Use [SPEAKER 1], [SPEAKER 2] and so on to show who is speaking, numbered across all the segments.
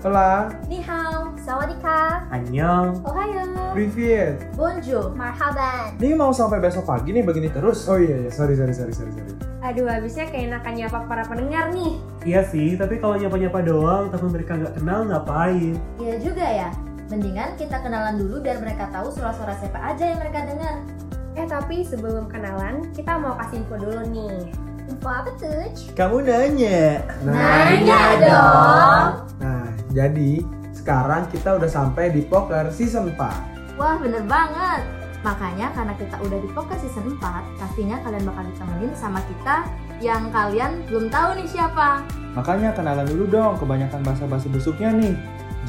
[SPEAKER 1] Hola,
[SPEAKER 2] Nihao, Sawadika,
[SPEAKER 3] Annyeong.
[SPEAKER 2] Ohayo,
[SPEAKER 1] Privet.
[SPEAKER 2] Bonjour, Marhaban.
[SPEAKER 3] Ini mau sampai besok pagi nih begini terus.
[SPEAKER 1] Oh iya, iya, sorry, sorry, sorry, sorry, sorry.
[SPEAKER 2] Aduh, habisnya keenakan nyapa para pendengar nih.
[SPEAKER 3] Iya sih, tapi kalau nyapa-nyapa doang tapi mereka nggak kenal ngapain?
[SPEAKER 2] Iya juga ya. Mendingan kita kenalan dulu biar mereka tahu suara-suara siapa aja yang mereka dengar.
[SPEAKER 4] Eh tapi sebelum kenalan, kita mau kasih info dulu nih.
[SPEAKER 2] Info apa tuh?
[SPEAKER 3] Kamu nanya.
[SPEAKER 5] Nah,
[SPEAKER 2] Nanya dong.
[SPEAKER 1] Nah, jadi sekarang kita udah sampai di Poker Season 4.
[SPEAKER 2] Wah, bener banget. Makanya karena kita udah di Poker Season 4, pastinya kalian bakal ditemenin sama kita yang kalian belum tahu nih siapa.
[SPEAKER 5] Makanya kenalan dulu dong, kebanyakan basa-basi busuknya nih.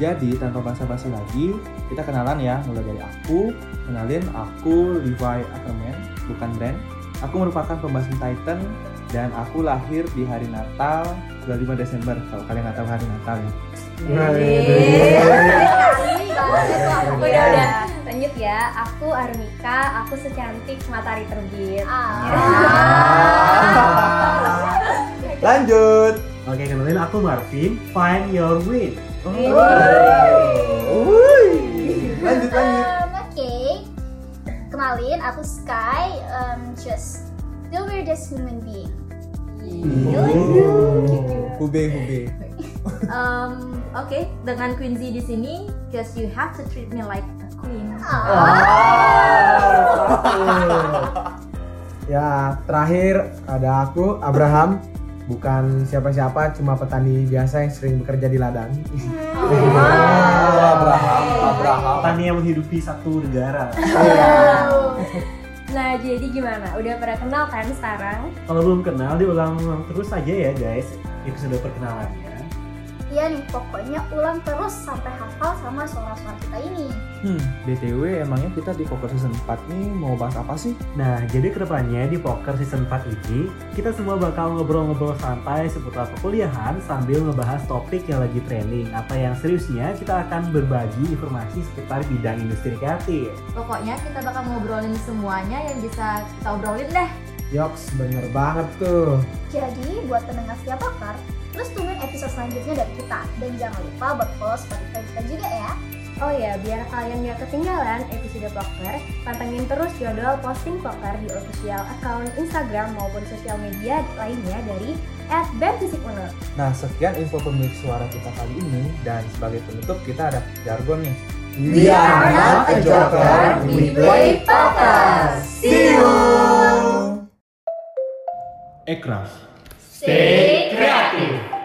[SPEAKER 5] Jadi tanpa basa-basi lagi, kita kenalan ya. Mulai dari aku, kenalin aku Levi Ackerman, bukan brand. Aku merupakan pembahasan Titan dan aku lahir di hari Natal 25 Desember. Kalau kalian nggak tahu hari Natal ya.
[SPEAKER 3] Nah, iya,
[SPEAKER 1] Iya.
[SPEAKER 4] Udah udah, lanjut ya. Aku Armika, aku secantik matahari terbit. Ah.
[SPEAKER 5] Lanjut.
[SPEAKER 3] Oke, kenalin aku Marvin. Find your win.
[SPEAKER 5] Wuih. Lanjut lanjut.
[SPEAKER 6] Um, Oke, kenalin aku Sky, um, just the weirdest human being.
[SPEAKER 5] Hube hube.
[SPEAKER 2] Um, Oke, dengan Quincy di sini, cause you have to treat me like a queen.
[SPEAKER 1] Ya, terakhir ada aku, Abraham. Bukan siapa-siapa, cuma petani biasa yang sering bekerja di ladang. Oh,
[SPEAKER 5] Abraham, Abraham.
[SPEAKER 3] Tani yang menghidupi satu negara.
[SPEAKER 4] Nah jadi gimana? Udah pada kenal kan sekarang?
[SPEAKER 3] kalau belum kenal diulang-ulang terus aja ya guys. Episode perkenalannya.
[SPEAKER 6] Iya nih, pokoknya ulang terus sampai hafal sama suara-suara kita ini.
[SPEAKER 5] Hmm, BTW emangnya kita di Poker Season 4 nih mau bahas apa sih?
[SPEAKER 3] Nah, jadi kedepannya di Poker Season 4 ini, kita semua bakal ngobrol-ngobrol santai seputar perkuliahan sambil ngebahas topik yang lagi trending atau yang seriusnya kita akan berbagi informasi seputar bidang industri kreatif.
[SPEAKER 2] Pokoknya kita bakal ngobrolin semuanya yang bisa kita obrolin deh.
[SPEAKER 1] Yoks, bener banget tuh.
[SPEAKER 6] Jadi, buat pendengar setiap pakar, terus tungguin episode selanjutnya dari kita. Dan jangan lupa buat follow Spotify kita juga ya.
[SPEAKER 4] Oh ya, biar kalian nggak ketinggalan episode Poker, pantengin terus jadwal posting Poker di official account Instagram maupun sosial media lainnya dari @bemfisikuner.
[SPEAKER 5] Nah, sekian info pemilik suara kita kali ini dan sebagai penutup kita ada jargon nih.
[SPEAKER 1] We are not a joker, we play
[SPEAKER 2] poker.
[SPEAKER 5] See you. Ekraf.
[SPEAKER 3] É
[SPEAKER 6] Stay creative!